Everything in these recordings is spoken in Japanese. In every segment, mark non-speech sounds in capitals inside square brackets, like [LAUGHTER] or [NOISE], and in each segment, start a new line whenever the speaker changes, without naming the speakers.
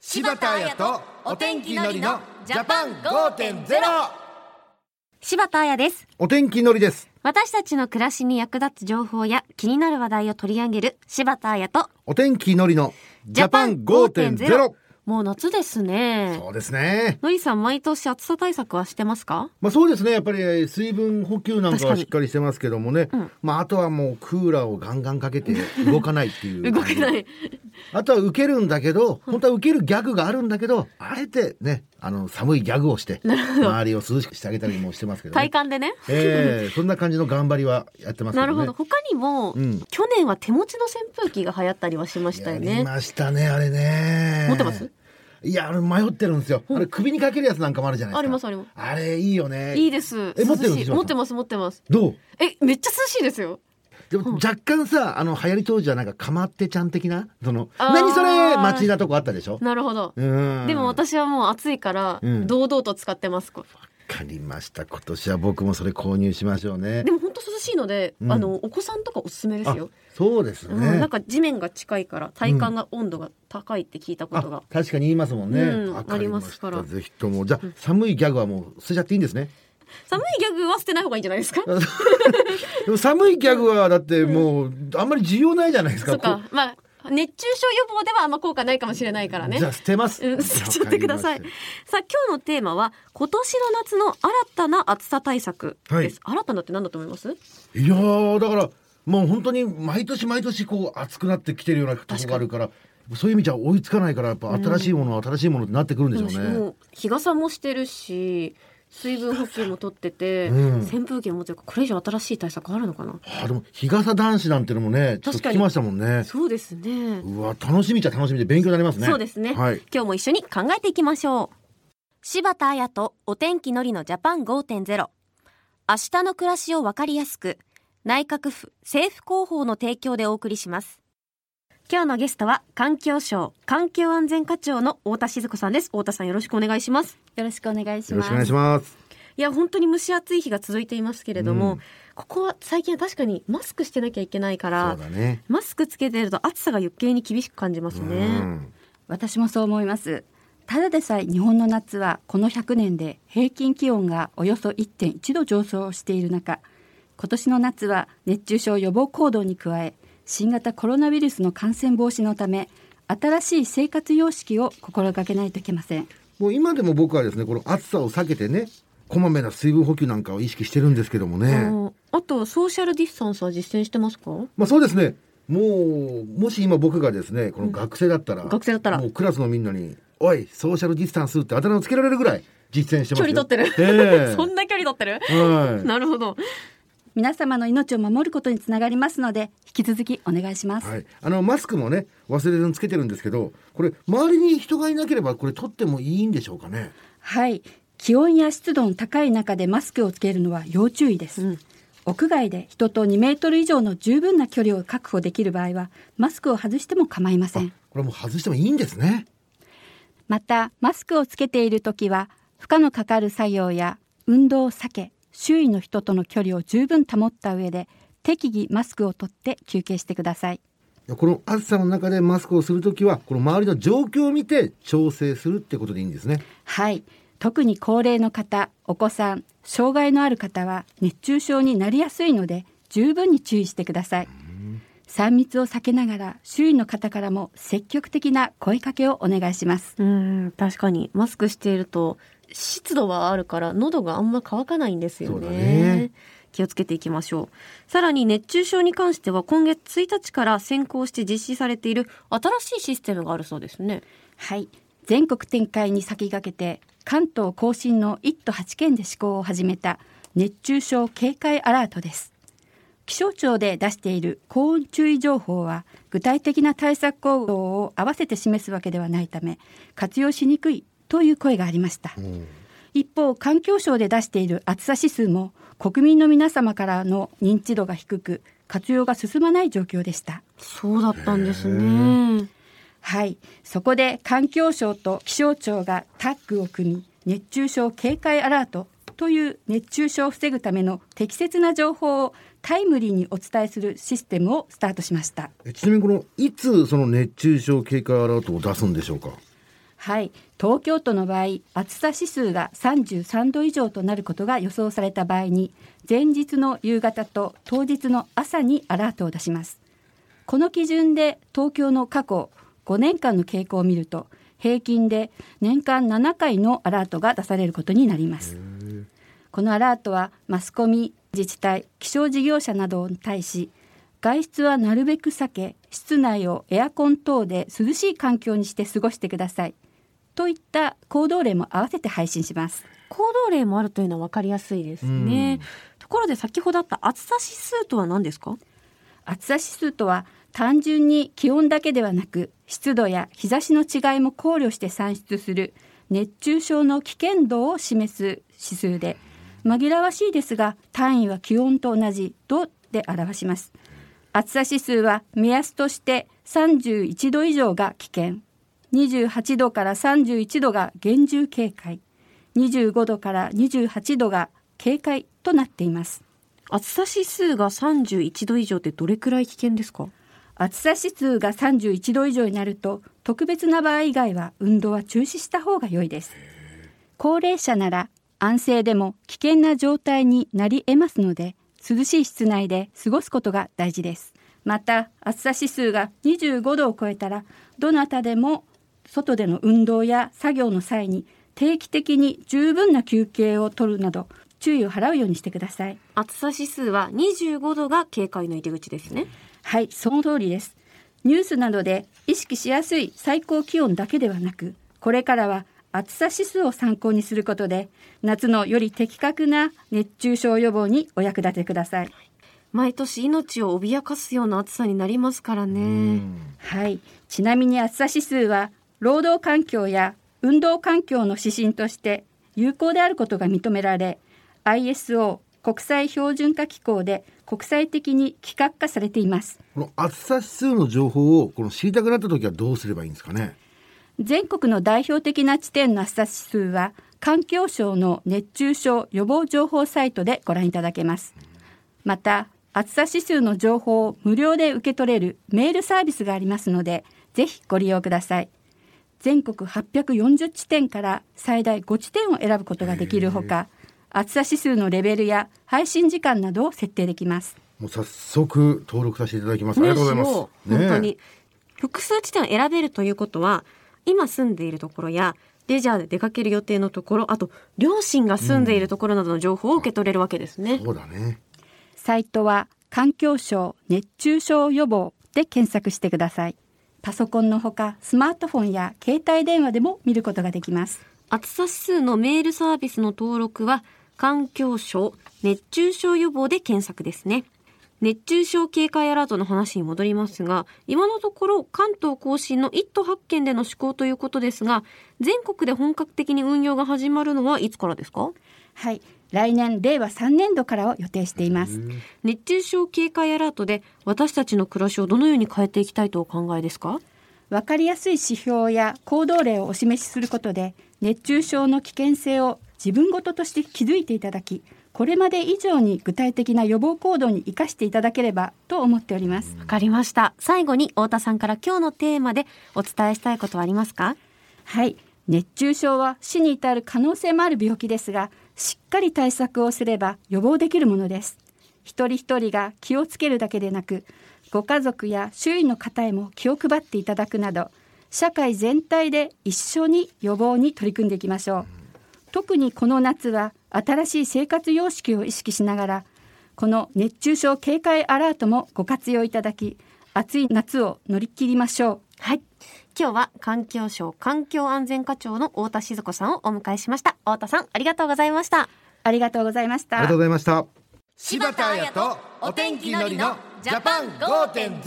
柴田彩とお天気のりのジャパン5.0
柴田彩です。
お天気のりです
私たちの暮らしに役立つ情報や気になる話題を取り上げる柴田彩と
お天気のりのジャパン5.0
もう夏ですね。
そうですね
のりさん毎年暑さ対策はしてますか
まあそうですねやっぱり水分補給なんか
確
は
かに
しっかりしてますけどもね、まああとはもうクーラーをガンガンかけて [LAUGHS] 動かないっていう
動けないい。
あとは受けるんだけど本当は受けるギャグがあるんだけどあえてねあの寒いギャグをして周りを涼しくしてあげたりもしてますけど、
体
ね、
感でね。
ええそんな感じの頑張りはやってますけどね
なるほど。他にも、
うん
去年は手持ちの扇風機が流行ったりはしましたよ
やり
ね。
ましたね、あれね。
持ってます
いや、あれ迷ってるんですよ。あれ首にかけるやつなんかもあるじゃないですか。
ありますあります
あれいいよね。
いいです。
え持ってる
涼しい
藤島さん
持ってます、持ってます。
どう
え、めっちゃ涼しいですよ。
でも若干さ、あの、流行り当時はなんか、かまってちゃん的な、その、
あー
何それ街なとこあったでしょ
なるほど。
うん。
でも私はもう暑いから
うん
堂々と使ってます。こう
わかりました。今年は僕もそれ購入しましょうね
で。も本当涼しいので、
うん
あのお子さんとかおすすめですよ。
そうですね。
うん、なんか地面が近いから体感が温度が高いって聞いたことが
あ、確かに言いますもんね。
うん
わかりました
ありますか
ぜひとも。じゃあ、寒いギャグはもう捨てちゃっていいんですね。
寒いギャグは捨てない方がいいんじゃないですか
[LAUGHS] でも寒いギャグはだってもうあんまり需要ないじゃないですか。
そうかまあ熱中症予防ではあんま効果ないかもしれないからね
じゃあ捨てます。
うん、捨てちゃってください
わかり
さあ今日のテーマは今年の夏の新たな暑さ対策です、新たなって何だと思います
ましたいやーだからもう本当に毎年毎年こう暑くなってきてるようなとこがあるから。そういう意味じゃ追いつかないからやっぱ新しいものは新しいものってなってくるんでしょうね。
もう日傘もしてるし水分補給も取ってて、
うん
扇風機も持ってるこれ以上新しい対策あるのかな
あでも日傘男子なんてのもねちょっと聞きましたもんね。
そうですね
うわ楽しみじゃ楽しみで勉強になりますね。
そうですね、
はい。
今日も一緒に考えていきましょう柴田彩とお天気のりのジャパン5.0明日の暮らしをわかりやすく内閣府政府広報の提供でお送りします今日のゲストは環境省環境安全課長の太田静子さんです太田さんよろしくお願いします
よろしくお願いし
よろ
ま
し
す。
くお願いします。
いや本当に蒸し暑い日が続いていますけれども、
うん
ここは最近は確かにマスクしてなきゃいけない
そ
か
う
ら
だね。
マスクつけてると暑さが余計に厳しく感じます
う
ね、
ん。
私もそう思います。ただでさえ日本の夏はこの100年で平均気温がおよそ1.1度上昇している中、今年の夏は熱中症予防行動に加え、新型コロナウイルスの感染防止のため、新しい生活様式を心がけないといけません。
もう今でも僕はですねこの暑さを避けてねこまめな水分補給なんかを意識してるんですけどもね、
うんあとソーシャルディスタンスは実践してますか
まあそうですねもうもし今僕がですねこの学生だったら、
学生だったら
もうクラスのみんなに「おいソーシャルディスタンス」ってあだ名をつけられるぐらい実践してますよ
距離取ってる、
ええ
[LAUGHS] そんな距離取ってる、
はい
なるほど
皆様の命を守ることにつながりますので、引き続きお願いします。
はい、あのマスクもね忘れずにつけてるんですけどこれ周りに人がいなければこれ取ってもいいんでしょうかね
はい気温や湿度の高い中でマスクをつけるのは要注意です、
うん
屋外で人と2メートル以上の十分な距離を確保できる場合はマスクを外しても構いませ
あ
ん
これもう外してもいいんですね
またマスクをつけている時は負荷のかかる作業や運動を避け周囲の人との距離を十分保った上で適宜マスクを取って休憩してください
この暑さの中でマスクをするときはこの周りの状況を見て調整するってことでいいんですね
はい特に高齢の方お子さん障害のある方は熱中症になりやすいので十分に注意してください3密を避けながら周囲の方からも積極的な声かけをお願いします
うん確かにマスクしていると湿度はあるから喉があんま乾かないんですよ
そう
ね
だね
気をつけていきましょうさらに熱中症に関しては今月1日から先行して実施されている新しいシステムがあるそうですね
はい全国展開に先駆けて関東甲信の1都8県で施行を始めた熱中症警戒アラートです気象庁で出している高温注意情報は具体的な対策行動を合わせて示すわけではないため活用しにくいという声がありました、一方環境省で出している暑さ指数も国民の皆様からの認知度が低く活用が進まない状況でした
そうだったんですね
はい、そこで環境省と気象庁がタッグを組み熱中症警戒アラートという熱中症を防ぐための適切な情報をタイムリーにお伝えするシステムをスタートしました。
えちなみにこのいつその熱中症警戒アラートを出すんでしょうか
はい、東京都の場合、暑さ指数が33度以上となることが予想された場合に、前日の夕方と当日の朝にアラートを出します。この基準で東京の過去5年間の傾向を見ると、平均で年間7回のアラートが出されることになります。このアラートはマスコミ、自治体、気象事業者などに対し、外出はなるべく避け、室内をエアコン等で涼しい環境にして過ごしてください。といった行動例も合わせて配信します。
行動例もあるというのは分かりやすいですね。ところで先ほどあった暑さ指数とは何ですか
暑さ指数とは単純に気温だけではなく湿度や日差しの違いも考慮して算出する熱中症の危険度を示す指数で紛らわしいですが単位は気温と同じ度で表します暑さ指数は目安として31度以上が危険28度から31度が厳重警戒25度から28度が警戒となっています
暑さ指数が31度以上ってどれくらい危険ですか
暑さ指数が31度以上になると特別な場合以外は運動は中止した方が良いです高齢者なら安静でも危険な状態になり得ますので涼しい室内で過ごすことが大事ですまた暑さ指数が25度を超えたらどなたでも外での運動や作業の際に定期的に十分な休憩を取るなど注意を払うようにしてください
暑さ指数は25度が警戒の入り口ですね。
はい、その通りです。ニュースなどで意識しやすい最高気温だけではなく、これからは暑さ指数を参考にすることで、夏のより的確な熱中症予防にお役立てください。
毎年命を脅かすような暑さになりますからね。
はい、ちなみに暑さ指数は、労働環境や運動環境の指針として有効であることが認められ、ISO 国際標準化機構で国際的に規格化されています。
この暑さ指数の情報をこの知りたくなった時はどうすればいいんですかね
全国の代表的な地点の暑さ指数は環境省の熱中症予防情報サイトでご覧いただけますまた暑さ指数の情報を無料で受け取れるメールサービスがありますのでぜひご利用ください全国840地点から最大5地点を選ぶことができるほか暑さ指数のレベルや配信時間などを設定できます
もう早速登録させていただきます、ありがとうございます
ねそう本当
ね
に。複数地点を選べるということは、今住んでいるところや、レジャーで出かける予定のところ、あと、両親が住んでいるところなどの情報を受け取れるわけですね
え。そうだね
サイトは環境省熱中症予防で検索してください。パソコンのほかスマートフォンや携帯電話でも見ることができます。
暑さ指数のメールサービスの登録は、環境省熱中症予防で検索ですね。熱中症警戒アラートの話に戻りますが、今のところ関東甲信の1都8県での施行ということですが、全国で本格的に運用が始まるのはいつからですか
はい、来年令和3年度からを予定しています。
熱中症警戒アラートで私たちの暮らしをどのように変えていきたいとお考えですか
わかりやすい指標や行動例をお示しすることで、熱中症の危険性を自分ごととして気づいていただき、これまで以上に具体的な予防行動に生かしていただければと思っております。
わかりました最後に太田さんから今日のテーマでお伝えしたいことはありますか
はい熱中症は死に至る可能性もある病気ですがしっかり対策をすれば予防できるものです一人一人が気をつけるだけでなくご家族や周囲の方へも気を配っていただくなど社会全体で一緒に予防に取り組んでいきましょう特にこの夏は新しい生活様式を意識しながらこの熱中症警戒アラートもご活用いただき暑い夏を乗り切りましょう
はい今日は環境省環境安全課長の太田静子さんをお迎えしました太田さんありがとうございました
ありがとうございまし
あり
た
がとうございました
柴田彩とお天気のりのジャパン5.0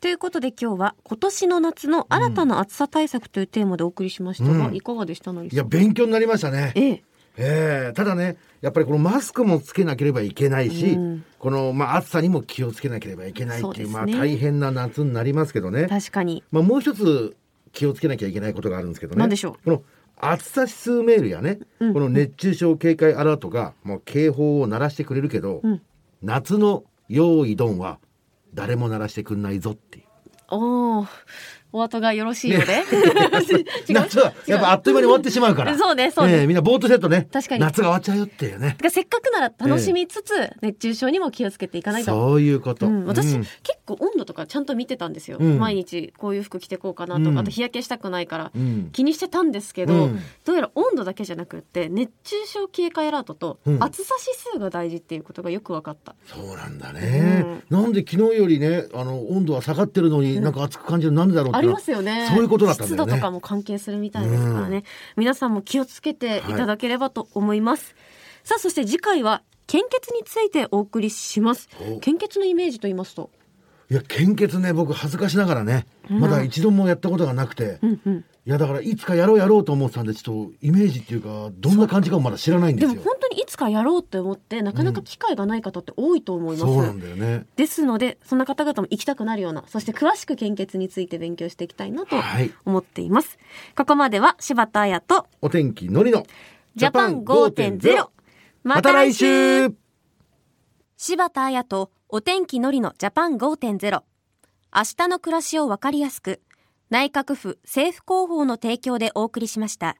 ということで今日は今年の夏の新たな暑さ対策というテーマでお送りしましたが、
うん
いかがでしたのり
い
さ
や
ん
勉強になりましたね
ええ
ええただねやっぱりこのマスクもつけなければいけないし、
うん
この、まあ、暑さにも気をつけなければいけない
そう
ってい
で
う
すね
まあ、大変な夏になりますけどね、
確かに
まあ、もう一つ気をつけなきゃいけないことがあるんですけどね
何でしょう
この暑さ指数メールやね、
うん
この熱中症警戒アラートがもう警報を鳴らしてくれるけど、
うん
夏の用意ドンは誰も鳴らしてくんないぞっていう
おおお後がよろしいようで。 [LAUGHS] 違う
夏はやっぱあっという間に終わってしまうから。
[LAUGHS] そうねそうね
ええみんなボートセットね。
確かに
夏が終わっちゃうよっていうね。
だからせっかくなら楽しみつつ、熱中症にも気をつけていかないと。
そういうこと。
うん、私、
うん
結構温度とかちゃんと見てたんですよ、
うん
毎日こういう服着てこうかなとか、
うん
あと日焼けしたくないから
うん
気にしてたんですけど、
うん
どうやら温度だけじゃなくって熱中症警戒アラートと
うん
暑さ指数が大事っていうことがよく分かった、
そうなんだね。なんで昨日よりね、あの温度は下がってるのに、なんか暑く感じるなんでだろうって
あ
いう
り
のは。
ますよね
そういうことだったんだ
湿
よ
度
ね
とかも関係するみたいですからね、
う
皆さんも気をつけていただければと思います、さあそして次回は献血についてお送りします
お
献血のイメージと言いますと
いや献血ね、僕恥ずかしながらね、まだ一度もやったことがなくて、い
うんうん
やだからいつかやろうやろうと思ってたんで、ちょっとイメージっていうかどんな感じかもまだ知らないんで
ですも
よ。
本当にいつかやろうって思ってなかなか機会がない方って多いと思います、
そうなんだよね。
ですのでそんな方々も行きたくなるようなそして詳しく献血について勉強していきたいなと
はい
思っています、ここまでは柴田彩と
お天気のりの
ジャパン5.0
また来週。
柴田彩とお天気のりのジャパン5.0明日の暮らしをわかりやすく内閣府政府広報の提供でお送りしました。